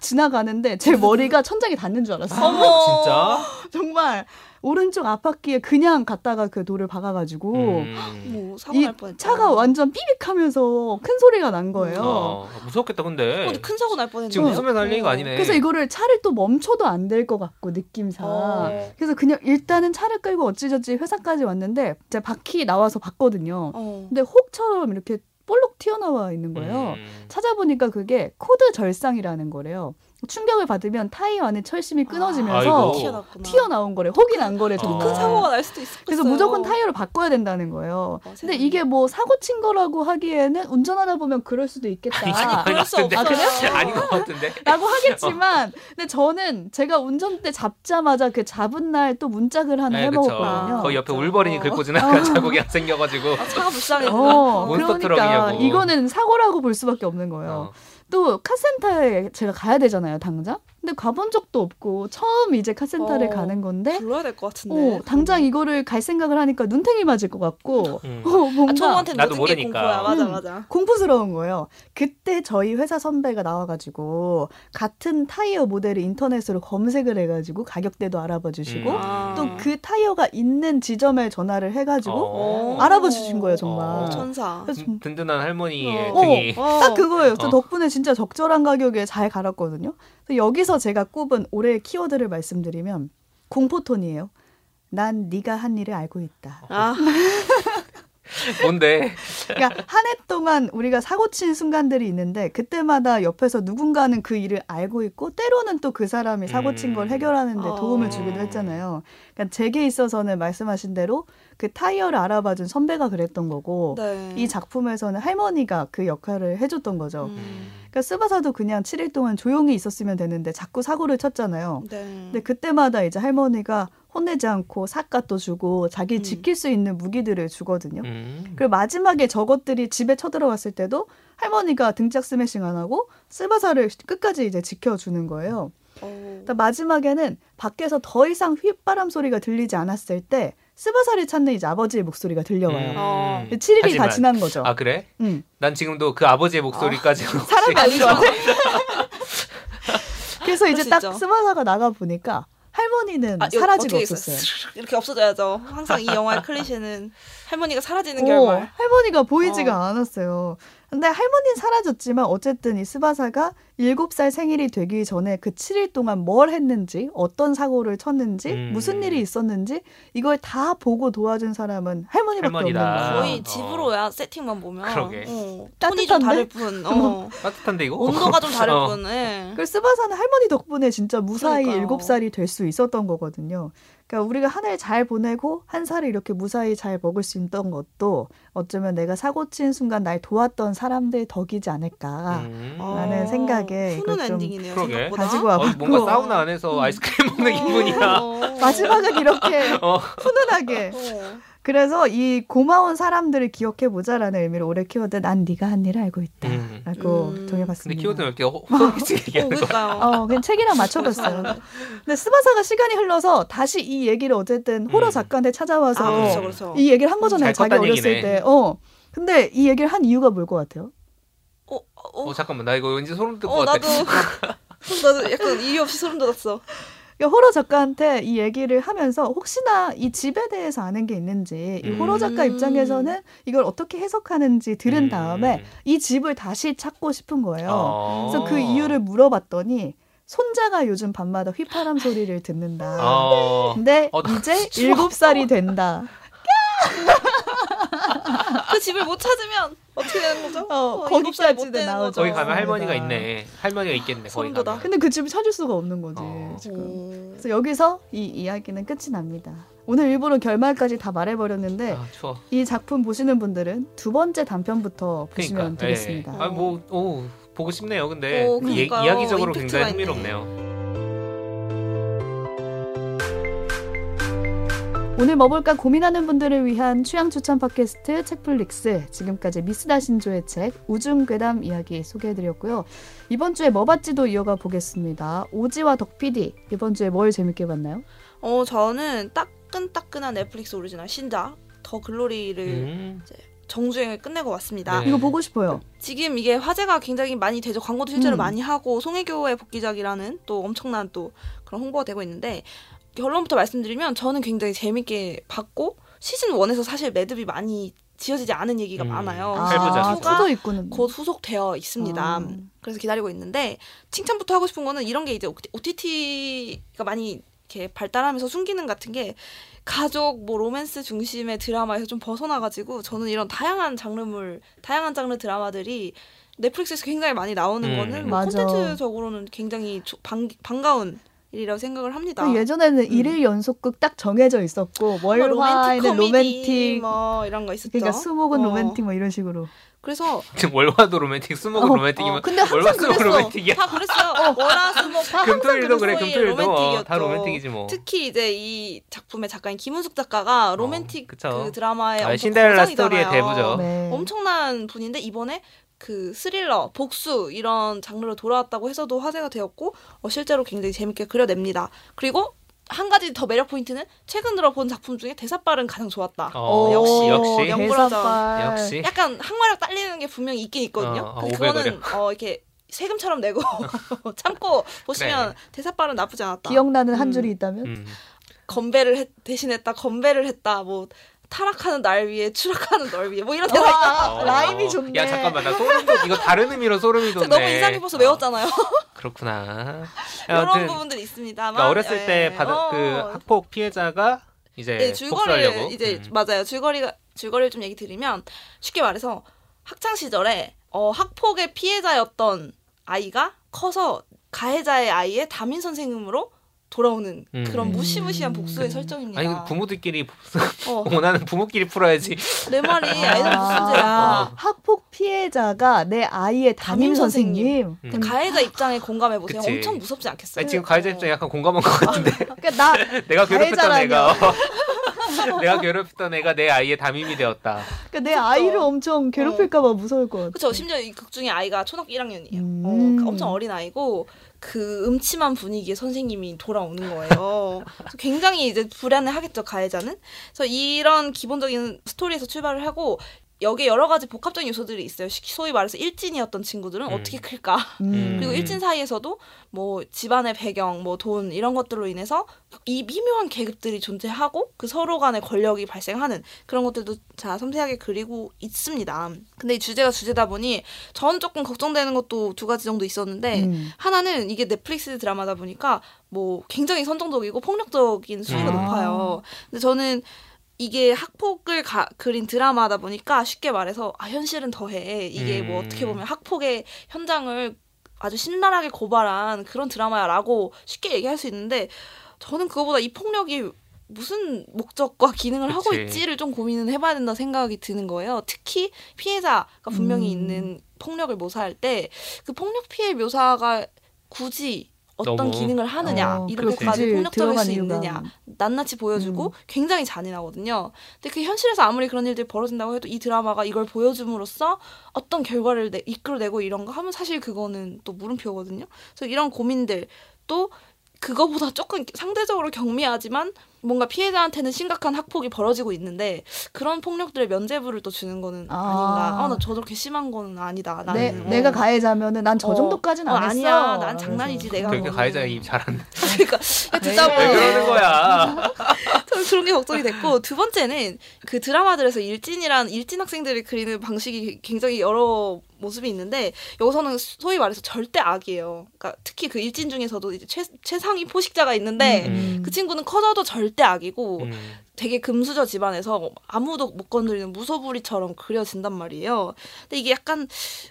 B: 지나가는데 제 머리가 천장에 닿는 줄 알았어요.
C: 어머.
B: 정말 오른쪽 앞바퀴에 그냥 갔다가 그 돌을 박아가지고
C: 진짜. 음.
A: 뭐 사고
B: 이
A: 날 뻔했다.
B: 차가 완전 삐빅하면서 큰 소리가 난 거예요.
C: 어, 무섭겠다 근데.
A: 어, 근데 큰 사고 날 뻔했네요.
C: 지금 웃으면 할 얘기가 아니네.
B: 그래서 이거를 차를 또 멈춰도 안 될 것 같고 느낌상.
A: 어.
B: 그래서 그냥 일단은 차를 끌고 어찌저찌 회사까지 왔는데 제 바퀴 나와서 봤거든요.
A: 어.
B: 근데 혹처럼 이렇게 볼록 튀어나와 있는 거예요.
C: 음.
B: 찾아보니까 그게 코드 절상이라는 거래요. 충격을 받으면 타이어 안에 철심이 끊어지면서
C: 아이고. 아.
A: 튀어나왔구나.
B: 튀어나온 거래. 혹이 난 거래.
C: 더
B: 정말.
A: 큰 사고가 날 수도 있을
B: 그래서
A: 거예요.
B: 무조건 타이어를 바꿔야 된다는 거예요.
A: 어,
B: 근데
A: 세상에.
B: 이게 뭐 사고 친 거라고 하기에는 운전하다 보면 그럴 수도 있겠다.
A: 그럴 수
C: 같은데.
A: 없어요.
B: 아, 그래요?
C: 아닌 것 같은데.
B: 라고 하겠지만 근데 저는 제가 운전대 잡자마자 그 잡은 날 또 문짝을 하나
C: 네,
B: 아, 해먹었거든요.
C: 그쵸. 거의 옆에
A: 그쵸.
C: 울버린이 긁고 지나간 자국이 안 생겨가지고.
A: 아, 차가 불쌍해.
B: 어,
A: 어.
B: 그러니까
C: 몬스터 트럭이냐고.
B: 이거는 사고라고 볼 수밖에 없는 거예요.
C: 어.
B: 또 카센터에 제가 가야 되잖아요, 당장. 근데 가본 적도 없고 처음 이제 카센터를
A: 어,
B: 가는 건데
A: 불러야 될 것 같은데.
B: 어, 당장 이거를 갈 생각을 하니까 눈탱이 맞을 것 같고
C: 음.
B: 어, 뭔가
A: 아, 초보한테
C: 나도
A: 모든 게
C: 모르니까.
A: 공포야. 맞아
B: 음.
A: 맞아.
B: 공포스러운 거예요. 그때 저희 회사 선배가 나와가지고 같은 타이어 모델을 인터넷으로 검색을 해가지고 가격대도 알아봐 주시고
C: 음.
B: 또 그 타이어가 있는 지점에 전화를 해가지고
C: 어.
A: 알아-
B: 알아봐 주신 거예요 정말.
C: 어,
A: 천사.
B: 그래서
C: 든- 든든한 할머니 의
A: 어.
C: 등이.
B: 딱 그거예요. 저
C: 어.
B: 덕분에 진짜 적절한 가격에 잘 갈았거든요. 그래서 여기서 제가 꼽은 올해의 키워드를 말씀드리면 공포톤이에요. 난 네가 한 일을 알고 있다.
A: 아,
B: 어.
C: 뭔데?
B: 그러니까 한 해 동안 우리가 사고친 순간들이 있는데 그때마다 옆에서 누군가는 그 일을 알고 있고 때로는 또 그 사람이 사고친
C: 음.
B: 걸 해결하는데
A: 어.
B: 도움을 주기도 했잖아요. 그러니까 제게 있어서는 말씀하신 대로 그 타이어를 알아봐준 선배가 그랬던 거고
A: 네.
B: 뭐 이 작품에서는 할머니가 그 역할을 해줬던 거죠.
A: 음.
B: 그러니까 스바사도 그냥 7일 동안 조용히 있었으면 되는데 자꾸 사고를
C: 음.
B: 쳤잖아요.
A: 네.
B: 근데 그때마다 이제 할머니가 혼내지 않고 삿갓도 주고 자기
A: 음.
B: 지킬 수 있는 무기들을 주거든요.
C: 음.
B: 그리고 마지막에 저것들이 집에 쳐들어왔을 때도 할머니가 등짝 스매싱 안 하고 스바사를 끝까지 이제 지켜주는 거예요.
A: 어.
B: 일단 마지막에는 밖에서 더 이상 휘바람 소리가 들리지 않았을 때 스바사를 찾는 이제 아버지의 목소리가 들려와요.
A: 어.
C: 음.
B: 7일이 다
C: 하지만-
B: 지난 거죠.
C: 아 그래?
B: 음.
C: 난 지금도 그 아버지의 목소리까지
B: 사람이 아닌 것 같아. 그래서 이제
A: 진짜.
B: 딱 스바사가 나가 보니까 할머니는
A: 아, 요-
B: 사라지고
A: 어떻게 있어요?
B: 없었어요.
A: 스르륵 이렇게 없어져야죠. 항상 이 영화의 클리셰는 할머니가 사라지는
B: 어,
A: 결말.
B: 할머니가 보이지가 않았어요. 근데 할머니는 사라졌지만 어쨌든 이 스바사가 7살 생일이 되기 전에 그 7일 동안 뭘 했는지, 어떤 사고를 쳤는지,
C: 음.
B: 무슨 일이 있었는지 이걸 다 보고 도와준 사람은 할머니밖에
C: 할머니다.
B: 없는 거예요.
A: 거의 집으로야 세팅만 보면.
C: 아, 어. 그러게.
A: 어, 톤이 좀
B: 따뜻한데?
A: 다를 뿐. 어.
C: 따뜻한데 이거?
A: 온도가 좀 다를
C: 어.
A: 뿐. 예.
B: 그 스바사는 할머니 덕분에 진짜 무사히
A: 그러니까요.
B: 일곱 살이 될 수 있었던 거거든요. 그러니까 우리가 한 해 잘 보내고 한 살을 이렇게 무사히 잘 먹을 수 있던 것도 어쩌면 내가 사고 친 순간 날 도왔던 사람들 덕이지 않을까.
C: 음.
A: 어.
B: 라는 생각에 이걸
A: 훈훈
B: 좀
A: 엔딩이네요.
C: 그러게.
A: 생각보다.
B: 가지고
C: 어,
B: 와봤고 음. 어.
C: 뭔가 사우나 안에서 아이스크림 먹는 기분이야.
A: 어.
B: 마지막은 이렇게
C: 어.
B: 훈훈하게
A: 어.
B: 그래서 이 고마운 사람들을 기억해 보자라는 의미로 올해 키워드 난 네가 한 일을 알고
C: 음.
B: 있다라고
A: 음.
B: 정해봤습니다.
C: 근데 키워드는 이렇게 호기심
A: 어,
C: 얘기하는 거.
A: 그러니까요.
B: 어, 그냥 책이랑 맞춰봤어요. 근데 스바사가 시간이 흘러서 다시 이 얘기를 어쨌든 호러
C: 음.
B: 작가한테 찾아와서
A: 아,
C: 어.
A: 그렇죠, 그렇죠.
B: 이 얘기를 한 거잖아요. 자기
C: 잘 컸다는
B: 어렸을
C: 얘기네.
B: 때. 어. 근데 이 얘기를 한 이유가 뭘 것 같아요?
A: 어, 어,
C: 어 잠깐만 나 이거 왠지 소름 돋을
A: 어,
C: 것
A: 나도
C: 같아.
A: 나도 약간 이유 없이 소름 돋았어.
B: 그러니까 호러 작가한테 이 얘기를 하면서 혹시나 이 집에 대해서 아는 게 있는지 이
C: 음.
B: 호러 작가 입장에서는 이걸 어떻게 해석하는지 들은
C: 음.
B: 다음에 이 집을 다시 찾고 싶은 거예요.
C: 어.
B: 그래서 그 이유를 물어봤더니 손자가 요즘 밤마다 휘파람 소리를 듣는다.
C: 어.
B: 근데
C: 어, 나
B: 이제 일곱 살이 된다.
A: 그 집을 못 찾으면 어떻게 되는 거죠?
B: 어,
A: 일곱 살못
B: 거기까지는
A: 되는
B: 나오죠.
A: 거죠.
C: 거기 가면
B: 맞습니다.
C: 할머니가 있네. 할머니가 있겠네. 거기
A: 소름 돋아.
C: 가면.
B: 근데 그 집을 찾을 수가 없는 거지
C: 어.
B: 지금.
A: 오.
B: 그래서 여기서 이 이야기는 끝이 납니다. 오늘 일부러 결말까지 다 말해버렸는데
C: 아 추워.
B: 이 작품 보시는 분들은 두 번째 단편부터 보시면
C: 예, 예.
B: 되겠습니다. 어,
C: 아, 뭐, 오, 보고 싶네요. 근데
A: 오,
C: 이-
A: 그러니까요.
C: 이야기적으로
A: 임팩트가
C: 굉장히
A: 있네.
C: 흥미롭네요.
B: 오늘 뭐 볼까 고민하는 분들을 위한 취향 추천 팟캐스트 책플릭스 지금까지 미스다 신조의 책 우중괴담 이야기 소개해드렸고요. 이번 주에 뭐 봤지도 이어가 보겠습니다. 오지와 덕PD 이번 주에 뭘 재밌게 봤나요?
A: 어, 저는 따끈따끈한 넷플릭스 오리지널 신작 더
B: 네.
A: 글로리를
C: 음.
A: 정주행을 끝내고 왔습니다.
C: 네.
B: 이거 보고 싶어요.
A: 지금 이게 화제가 굉장히 많이 되죠. 광고도 실제로
B: 음.
A: 많이 하고 송혜교의 복귀작이라는 또 엄청난 또 그런 홍보가 되고 있는데 결론부터 말씀드리면 저는 굉장히 재밌게 봤고 시즌 1에서 사실 매듭이 많이 지어지지 않은 얘기가
C: 음.
A: 많아요.
C: 아, 할부자죠.
A: 시즌 2가
B: 투도 있고는
A: 곧 후속되어 있습니다.
B: 아.
A: 그래서 기다리고 있는데 칭찬부터 하고 싶은 거는 이런 게 이제 OTT가 많이 이렇게 발달하면서 숨기는 같은 게 가족 뭐 로맨스 중심의 드라마에서 좀 벗어나가지고 저는 이런 다양한 장르물, 다양한 장르 드라마들이 넷플릭스에서 굉장히 많이 나오는
C: 음.
A: 거는 뭐
B: 맞아.
A: 콘텐츠적으로는 굉장히 조- 반, 반가운 일이라고 생각을 합니다.
B: 그 예전에는
A: 음.
B: 일일 연속극 딱 정해져 있었고
A: 뭐
B: 월화에는
A: 코미디
B: 로맨틱
A: 뭐 이런 거 있었죠.
B: 그러니까 수목은
A: 어.
B: 로맨틱 뭐 이런 식으로
A: 그래서
C: 지금 월화도 로맨틱, 수목은
B: 어,
C: 로맨틱이면
B: 어, 근데 항상
C: 월화수목
B: 그랬어.
C: 로맨틱이야.
A: 다 그랬어요. 월화수목 뭐 다
C: 금토일도 그래,
A: 그랬어요.
C: 금토일도 어, 다
A: 로맨틱이었죠.
C: 로맨틱이지 뭐.
A: 특히 이제 이 작품의 작가인 김은숙 작가가 로맨틱
C: 그쵸.
A: 그 드라마의
C: 아,
A: 엄청 거장이잖아요.
C: 신데렐라
A: 어,
C: 스토리의 대부죠.
B: 네.
A: 그렇죠. 엄청난 분인데 이번에 그 스릴러, 복수 이런 장르로 돌아왔다고 해서도 화제가 되었고 어, 실제로 굉장히 재밌게 그려냅니다. 그리고 한 가지 더 매력 포인트는 최근 들어 본 작품 중에 대사빨은 가장 좋았다.
C: 어,
A: 역시,
C: 역시,
A: 영-
B: 대사빨.
C: 역시.
A: 약간 항마력 딸리는 게 분명히 있긴 있거든요.
C: 어, 어,
A: 근데
C: 500
A: 그거는 어, 이렇게 세금처럼 내고 참고
C: 네.
A: 보시면 대사빨은 나쁘지 않았다.
B: 기억나는
A: 음.
B: 한 줄이 있다면
C: 음.
A: 건배를 했- 대신했다. 건배를 했다. 뭐 타락하는 날 위해 추락하는 널 위해 뭐 이런 대사
B: 와,
C: 어.
B: 라임이 좋네.
C: 야 잠깐만 나 소름 돋. 이거 다른 의미로 소름이 돋네.
A: 너무 인상 깊어서 외웠잖아요.
C: 그렇구나.
A: 이런
C: 아무튼
A: 부분들이 있습니다만
C: 그러니까 어렸을
A: 예.
C: 때 받은
A: 어.
C: 그 학폭 피해자가 이제
A: 예,
C: 복수하려고
A: 줄거리를 이제
C: 음.
A: 맞아요. 줄거리가 줄거리를 좀 얘기 드리면 쉽게 말해서 학창 시절에 어, 학폭의 피해자였던 아이가 커서 가해자의 아이의 담임 선생님으로 돌아오는
C: 음.
A: 그런 무시무시한
B: 음.
A: 복수의
B: 그-
A: 설정입니다.
C: 아니 그 부모들끼리
A: 어,
C: 원하는 부모끼리 풀어야지.
A: 내 말이 아이들
B: 아,
C: 어.
A: 무슨 죄야.
B: 학폭 피해자가 내 아이의 담임
A: 담임
B: 선생님.
A: 선생님.
C: 음.
B: 그럼
A: 가해자 입장에 공감해 보세요.
C: 그치.
A: 엄청 무섭지 않겠어요?
C: 아니, 지금 가해자 입장 약간 공감한 것 같은데
A: 아,
B: 그러니까 나
C: 내가 괴롭혔던
B: 가해자라뇨.
C: 애가 내가 괴롭혔던 애가 내 아이의 담임이 되었다.
B: 그러니까 내 아이를 엄청 괴롭힐까봐 무서울 것 같아.
A: 그렇죠. 심지어 이 극 중에 아이가 초등 1학년이에요.
B: 음.
A: 엄청 어린 아이고 그 음침한 분위기의 선생님이 돌아오는 거예요. 그래서 굉장히 이제 불안해하겠죠 가해자는. 그래서 이런 기본적인 스토리에서 출발을 하고 여기에 여러 가지 복합적인 요소들이 있어요. 시- 소위 말해서 일진이었던 친구들은
C: 음.
A: 어떻게 클까?
B: 음.
A: 그리고 일진 사이에서도 뭐 집안의 배경, 뭐 돈 이런 것들로 인해서 이 미묘한 계급들이 존재하고 그 서로 간의 권력이 발생하는 그런 것들도 자 섬세하게 그리고 있습니다. 근데 이 주제가 주제다 보니 전 조금 걱정되는 것도 두 가지 정도 있었는데
B: 음.
A: 하나는 이게 넷플릭스 드라마다 보니까 뭐 굉장히 선정적이고 폭력적인 수위가
C: 음.
A: 높아요. 근데 저는 이게 학폭을 가- 그린 드라마다 보니까 쉽게 말해서 아 현실은 더해 이게 뭐
C: 음.
A: 어떻게 보면 학폭의 현장을 아주 신랄하게 고발한 그런 드라마야라고 쉽게 얘기할 수 있는데 저는 그거보다 이 폭력이 무슨 목적과 기능을 하고
C: 그치.
A: 있지를 좀 고민은 해봐야 된다 생각이 드는 거예요. 특히 피해자가 분명히
B: 음.
A: 있는 폭력을 모사할 때 그 폭력 피해 묘사가 굳이 어떤
C: 너무,
A: 기능을 하느냐
B: 어,
A: 이렇게까지
B: 그치.
A: 폭력적일
B: 들어간 음.
A: 수
B: 이유가.
A: 있느냐 낱낱이 보여주고 굉장히 잔인하거든요. 근데 그 현실에서 아무리 그런 일들이 벌어진다고 해도 이 드라마가 이걸 보여줌으로써 어떤 결과를 내- 이끌어내고 이런 거 하면 사실 그거는 또 물음표거든요. 그래서 이런 고민들 또 그거보다 조금 상대적으로 경미하지만 뭔가 피해자한테는 심각한 학폭이 벌어지고 있는데 그런 폭력들의 면제부를 또 주는 거는
B: 아.
A: 아닌가. 어, 아나 저렇게 심한 거는 아니다. 나는
B: 네, 내,
C: 음.
B: 내가 가해자면은 난 저
A: 네, 어,
B: 정도까지는
A: 어,
B: 안 했어. 음.
A: 아니야. 난 장난이지, 내가.
C: 되게
A: 뭐.
C: 가해자 입 잘한다.
A: 그러니까 야, 듣다
B: 네.
A: 보면
C: 왜 그러는 거야?
A: 저는 그런 게 걱정이 됐고 두 번째는 그 드라마들에서 일진이란 일진 학생들을 그리는 방식이 굉장히 여러 모습이 있는데 여기서는 소위 말해서 절대 악이에요. 그러니까 특히 그 일진 중에서도 이제 최, 최상위 포식자가 있는데
B: 음.
A: 그 친구는 커져도 절대 악이고
C: 음.
A: 되게 금수저 집안에서 아무도 못 건드리는 무소불위처럼 그려진단 말이에요. 근데 이게 약간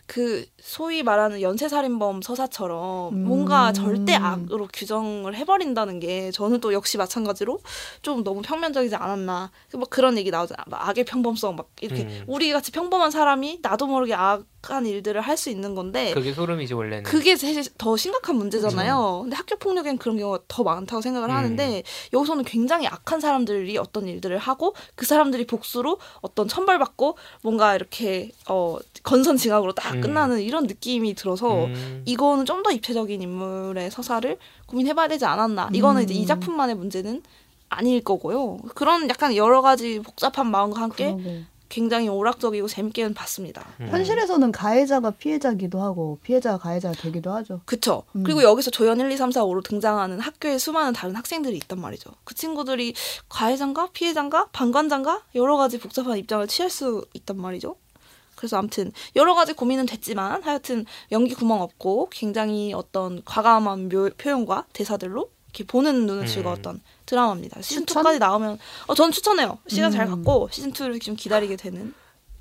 A: 그 소위 말하는 연쇄살인범 서사처럼
B: 음.
A: 뭔가 절대 악으로 규정을 해버린다는 게 저는 또 역시 마찬가지로 좀 너무 평면적이지 않았나. 막 그런 얘기 나오잖아. 막 악의 평범성 막 이렇게
C: 음.
A: 우리 같이 평범한 사람이 나도 모르게 악한 일들을 할 수 있는 건데
C: 그게 소름이지 원래는.
A: 그게 사실 더 심각한 문제잖아요. 근데 학교 폭력엔 그런 경우가 더 많다고 생각을
C: 그렇죠. 음.
A: 하는데 여기서는 굉장히 악한 사람들이 어떤 일들을 하고 그 사람들이 복수로 어떤 천벌받고 뭔가 이렇게 어 건선징악으로 딱
C: 음.
A: 끝나는 이런 느낌이 들어서
C: 음.
A: 이거는 좀 더 입체적인 인물의 서사를 고민해봐야 되지 않았나. 이거는 이제
B: 음.
A: 이 작품만의 문제는 아닐 거고요. 그런 약간 여러 가지 복잡한 마음과 함께
B: 그러고.
A: 굉장히 오락적이고 재밌게는 봤습니다.
C: 음.
B: 현실에서는 가해자가 피해자기도 하고 피해자가 가해자가 되기도 하죠.
A: 그쵸.
B: 음.
A: 그리고 여기서 조연 1, 2, 3, 4, 5로 등장하는 학교의 수많은 다른 학생들이 있단 말이죠. 그 친구들이 가해자인가 피해자인가 방관자인가 여러 가지 복잡한 입장을 취할 수 있단 말이죠. 그래서 아무튼 여러 가지 고민은 됐지만 하여튼 연기 구멍 없고 굉장히 어떤 과감한 묘- 표현과 대사들로 이렇게 보는 눈을
C: 음.
A: 즐거웠던 드라마입니다. 시즌
B: 추천?
A: 2까지 나오면 어, 전 추천해요. 시간 잘
B: 음.
A: 갖고 시즌 2를 좀 기다리게 되는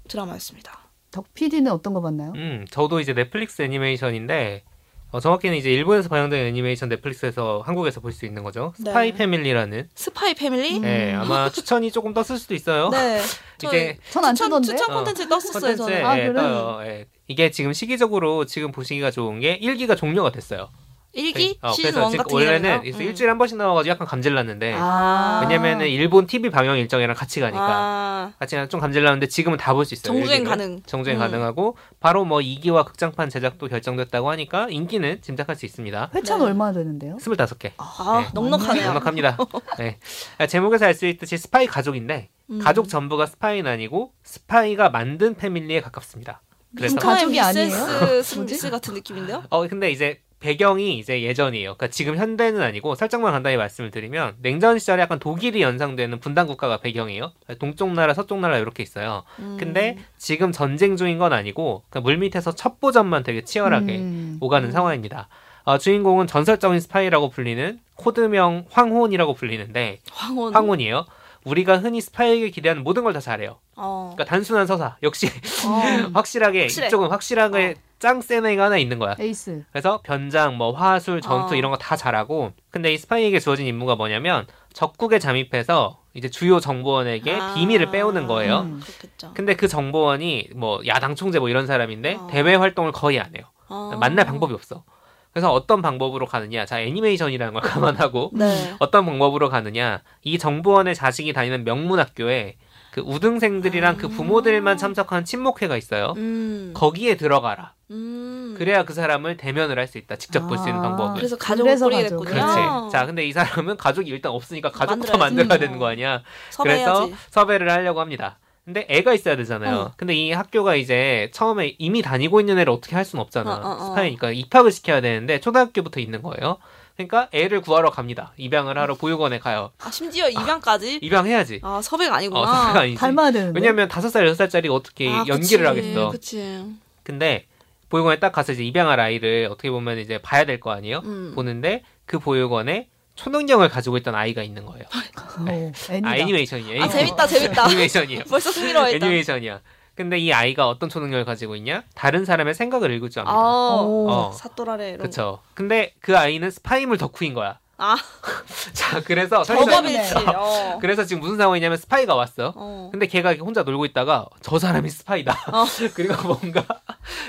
A: 드라마였습니다.
B: 덕 PD는 어떤 거 봤나요?
C: 음, 저도 이제 넷플릭스 애니메이션인데 어, 정확히는 이제 일본에서 방영된 애니메이션 넷플릭스에서 한국에서 볼 수 있는 거죠.
A: 네.
C: 스파이 패밀리라는.
A: 스파이 패밀리?
C: 예, 아마 추천이 조금 떴을 수도 있어요.
A: 네. 저
C: 이게
B: 전 안
A: 추천,
B: 뜨던데.
A: 추천 콘텐츠 떴었어요,
C: 컨텐츠
A: 저는.
B: 아,
C: 예,
B: 그래요?
C: 떠요. 예. 이게 지금 시기적으로 지금 보시기가 좋은 게 1기가 종료가 됐어요.
A: 일기
C: 어,
A: 시즌
C: 그래서
A: 1
C: 지금
A: 같은
C: 원래는
A: 경우에는요?
C: 그래서
A: 음.
C: 일주일에 한 번씩 나와가지고 약간 감질났는데
B: 아.
C: 왜냐면은 일본 TV 방영 일정이랑 같이 가니까
A: 아,
C: 같이 가니까 좀 감질났는데 지금은 다 볼 수 있어요.
A: 정주행
C: 1기를.
A: 가능.
C: 정주행
A: 음.
C: 가능하고 바로 뭐 2기와 극장판 제작도 결정됐다고 하니까 인기는 짐작할 수 있습니다.
B: 회차는
A: 네.
B: 얼마나 되는데요?
C: 25개.
A: 아,
C: 네.
A: 넉넉하네요.
C: 넉넉합니다. 네. 아, 제목에서 알 수 있듯이 스파이 가족인데
A: 음.
C: 가족 전부가 스파이는 아니고 스파이가 만든 패밀리에 가깝습니다. 그래서
B: 가-
A: 북한의
B: 가족이 아니에요?
A: 미세스
B: 뭐지?
A: 스미스 같은 느낌인데요?
C: 어 근데 이제 배경이 이제 예전이에요. 그러니까 지금 현대는 아니고 살짝만 간단히 말씀을 드리면 냉전 시절에 약간 독일이 연상되는 분단 국가가 배경이에요. 동쪽 나라, 서쪽 나라 이렇게 있어요.
A: 음.
C: 근데 지금 전쟁 중인 건 아니고 그러니까 물밑에서 첩보전만 되게 치열하게
B: 음.
C: 오가는 상황입니다. 어, 주인공은 전설적인 스파이라고 불리는 코드명 황혼이라고 불리는데
A: 황혼.
C: 황혼이에요. 우리가 흔히 스파이에게 기대하는 모든 걸 다 잘해요.
A: 어.
C: 그러니까 단순한 서사 역시
A: 어.
C: 확실하게
A: 확실해. 어.
C: 이쪽은 확실하게 짱센 애가 하나 있는 거야.
B: 에이스.
C: 그래서 변장, 뭐 화술, 전투
A: 어.
C: 이런 거 다 잘하고 근데 이 스파이에게 주어진 임무가 뭐냐면 적국에 잠입해서 이제 주요 정보원에게
A: 아.
C: 비밀을 빼오는 거예요.
B: 음.
A: 그렇겠죠.
C: 근데 그 정보원이 뭐 야당 총재 뭐 이런 사람인데
A: 어.
C: 대외 활동을 거의 안 해요. 그러니까
A: 어.
C: 만날 방법이 없어. 그래서 어떤 방법으로 가느냐? 자, 애니메이션이라는 걸 감안하고
B: 음.
A: 네.
C: 어떤 방법으로 가느냐? 이 정보원의 자식이 다니는 명문학교에 그 우등생들이랑 그
A: 아.
C: 부모들만 참석한 친목회가 있어요.
A: 음.
C: 거기에 들어가라.
A: 음.
C: 그래야 그 사람을 대면을 할 수 있다. 직접 볼 수 있는
B: 아.
C: 방법을.
A: 그래서 가족을
B: 그래서
A: 꾸리게
B: 가족. 아,
A: 됐군요.
C: 그렇지. 자, 근데 이 사람은 가족이 일단 없으니까 가족부터
A: 아, 만들어야지. 음.
C: 만들어야 되는 거 아니야. 그래서
A: 섭외해야지.
C: 섭외를 하려고 합니다. 근데 애가 있어야 되잖아요.
A: 어.
C: 근데 이 학교가 이제 처음에 이미 다니고 있는 애를 어떻게 할 수는 없잖아.
A: 어, 어, 어.
C: 스파이니까 입학을 시켜야 되는데 초등학교부터 있는 거예요. 그러니까 애를 구하러 갑니다. 입양을 하러 보육원에 가요.
A: 아 심지어 입양까지.
C: 입양해야지.
A: 아 섭외가 아니구나.
C: 어, 섭외가 아니지.
B: 닮아야 되는데.
C: 왜냐면 다섯 살 여섯 살짜리가 어떻게
A: 아,
C: 연기를
A: 그치, 음.
C: 하겠어.
A: 그치.
C: 근데 보육원에 딱 가서 이제 입양할 아이를 어떻게 보면 이제 봐야 될 거 아니에요.
A: 음.
C: 보는데 그 보육원에 초능력을 가지고 있던 아이가 있는 거예요.
B: 오, 어, 애니다.
C: 아, 애니메이션이에요.
A: 아 재밌다 재밌다.
C: 애니메이션이에요.
A: 벌써 흥미로워했다.
C: 애니메이션이야. 근데 이 아이가 어떤 초능력을 가지고 있냐? 다른 사람의 생각을 읽을
A: 아,
C: 줄 압니다.
B: 오.
C: 어.
A: 사또라래 이런. 거.
C: 그쵸. 근데 그 아이는 스파이물 덕후인 거야.
A: 아.
C: 자, 그래서
B: 저거
C: 설사,
A: 저거밀치. 어.
C: 그래서 지금 무슨 상황이냐면 스파이가 왔어.
A: 어.
C: 근데 걔가 이렇게 혼자 놀고 있다가 저 사람이 스파이다.
A: 어.
C: 그리고 뭔가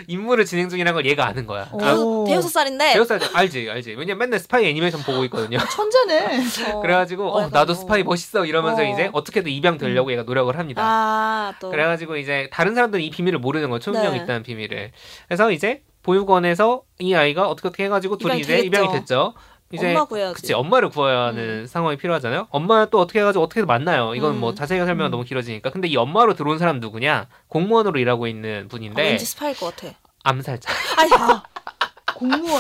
C: 임무를 진행 중이라는 걸 얘가 아는 거야.
B: 어.
C: 아,
B: 오.
A: 대여섯 살인데.
C: 제우스 알- 알지, 알지. 왜냐면 맨날 스파이 애니메이션 보고 있거든요.
B: 천재네.
A: 어.
C: 그래가지고 어,
A: 약간
C: 나도
A: 뭐.
C: 스파이 멋있어 이러면서
A: 어. 음.
C: 이제 어떻게든 입양 되려고 얘가 노력을 합니다.
A: 아 또.
C: 그래가지고 이제 다른 사람들은 이 비밀을 모르는 거예요. 초능력 이
A: 네.
C: 있다는 비밀을. 그래서 이제 보육원에서 이 아이가 어떻게 어떻게 해가지고 둘이
A: 입양이
C: 이제 입양이
A: 되겠죠.
C: 됐죠. 이제
A: 엄마 구해야지.
C: 그치 엄마를 구해야 하는 상황이 필요하잖아요. 엄마 또 어떻게 해가지고 어떻게 만나요. 이건 뭐
A: 음.
C: 자세히 설명 은
B: 음.
C: 너무 길어지니까. 근데 이 엄마로 들어온 사람 누구냐? 공무원으로 일하고 있는
A: 아,
C: 분인데
A: 왠지 스파일 것 같아.
C: 암살자.
A: 아니
B: 아, 공무원.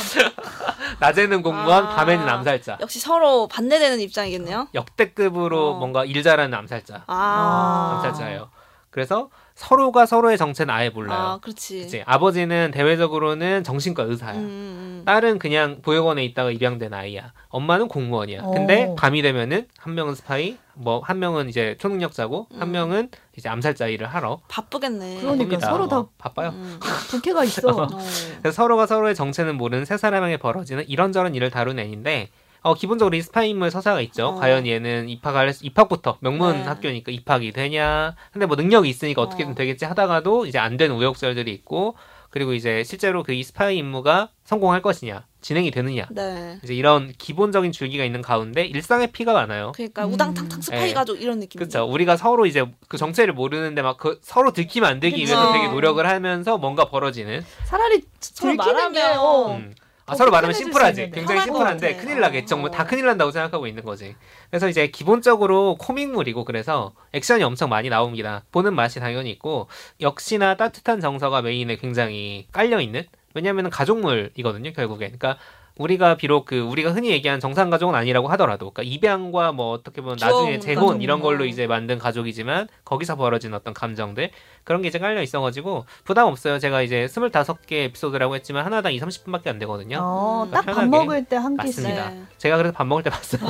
C: 낮에는 공무원,
A: 아.
C: 밤에는 암살자.
A: 역시 서로 반대되는 입장이겠네요.
C: 역대급으로
A: 어.
C: 뭔가 일 잘하는 암살자.
A: 아.
C: 암살자예요. 그래서 서로가 서로의 정체는 아예 몰라요.
A: 아 그렇지.
C: 그치? 아. 아버지는 대외적으로는 정신과 의사야.
A: 음, 음, 음.
C: 딸은 그냥 보육원에 있다가 입양된 아이야. 엄마는 공무원이야. 근데
B: 오.
C: 밤이 되면은 한 명은 스파이, 뭐 한 명은 이제 초능력자고 한
A: 음.
C: 명은 이제 암살자 일을 하러.
A: 바쁘겠네.
B: 그러니까
C: 바쁩니다.
B: 서로 다-
C: 어, 바빠요.
A: 음.
B: 부캐가 있어.
A: 어.
C: 그래서 서로가 서로의 정체는 모르는 세 사람에게 벌어지는 이런저런 일을 다룬 애인데 어, 기본적으로 이 스파이 인물 서사가 있죠.
A: 어.
C: 과연 얘는 입학할 수- 입학부터 명문
A: 네.
C: 학교니까 입학이 되냐. 근데 뭐 능력이 있으니까 어떻게든
A: 어.
C: 되겠지 하다가도 이제 안 되는 우여곡절들이 있고 그리고 이제 실제로 그 이 스파이 임무가 성공할 것이냐 진행이 되느냐
A: 네.
C: 이제 이런 기본적인 줄기가 있는 가운데 일상의 피가 많아요.
A: 그러니까
B: 음.
A: 우당탕탕 스파이
C: 예.
A: 가족 이런 느낌.
C: 그렇죠. 우리가 서로 이제 그 정체를 모르는데 막 그 서로 들키면 안 되기 위해서
A: 그쵸.
C: 되게 노력을 하면서 뭔가 벌어지는.
B: 차라리
A: 서로
B: 들키는
A: 말하면-
B: 게 어,
C: 음. 아,
B: 더
C: 서로 말하면
B: 편해질 수
C: 심플하지.
B: 있는데.
C: 굉장히
A: 편할 것
C: 심플한데
A: 같아.
C: 큰일 나겠죠. 뭐 다
A: 어.
C: 큰일 난다고 생각하고 있는 거지. 그래서 이제 기본적으로 코믹물이고 그래서 액션이 엄청 많이 나옵니다. 보는 맛이 당연히 있고 역시나 따뜻한 정서가 메인에 굉장히 깔려 있는. 왜냐하면 가족물이거든요 결국에. 그러니까 우리가 비록 그 우리가 흔히 얘기하는 정상 가족은 아니라고 하더라도, 그러니까 입양과 뭐 어떻게 보면
A: 주워
C: 나중에 재혼
B: 가족,
C: 이런 걸로
A: 어.
C: 이제 만든 가족이지만 거기서 벌어진 어떤 감정들 그런 게 이제 깔려 있어가지고 부담 없어요. 제가 이제 스물다섯 개 에피소드라고 했지만 하나당 2, 30분밖에 안 되거든요.
B: 어, 딱 밥
C: 편하게.
B: 먹을 때 한 끼씩.
C: 맞습니다. 제가 그래서 밥 먹을 때 봤어요.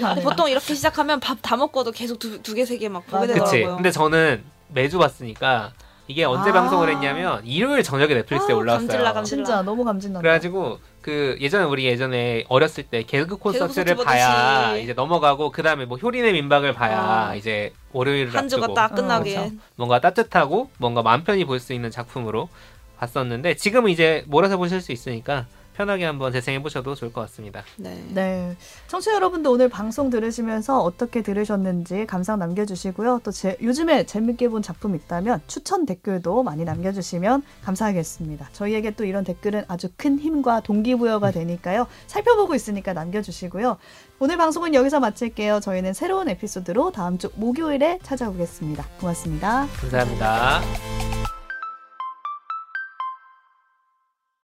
A: 네.
B: 가네.
A: 근데 보통 이렇게 시작하면 밥 다 먹고도 계속 두 개 세 개 막 보게
B: 맞아.
C: 그치. 네.
A: 되더라고요.
C: 근데 저는 매주 봤으니까 이게 언제
B: 아.
C: 방송을 했냐면 일요일 저녁에 넷플릭스에
A: 아,
C: 올라왔어요.
A: 감질나, 감질나.
B: 진짜 너무 감진난다.
C: 그래가지고 그 예전에 우리 예전에 어렸을 때 개그 콘서트를
A: 콘서트
C: 봐야
A: 보듯이.
C: 이제 넘어가고 그 다음에 뭐 효린의 민박을 봐야
A: 아.
C: 이제 월요일을
A: 한 주가
C: 앞두고
A: 딱 끝나기에.
B: 어,
C: 뭔가 따뜻하고 뭔가 마음 편히 볼 수 있는 작품으로 봤었는데 지금은 이제 몰아서 보실 수 있으니까 편하게 한번 재생해 보셔도 좋을 것 같습니다.
A: 네.
B: 네. 청취자 여러분도 오늘 방송 들으시면서 어떻게 들으셨는지 감상 남겨주시고요. 또 제, 요즘에 재밌게 본 작품 있다면 추천 댓글도 많이 남겨주시면 감사하겠습니다. 저희에게 또 이런 댓글은 아주 큰 힘과 동기부여가 되니까요. 살펴보고 있으니까 남겨주시고요. 오늘 방송은 여기서 마칠게요. 저희는 새로운 에피소드로 다음 주 목요일에 찾아오겠습니다. 고맙습니다.
C: 감사합니다.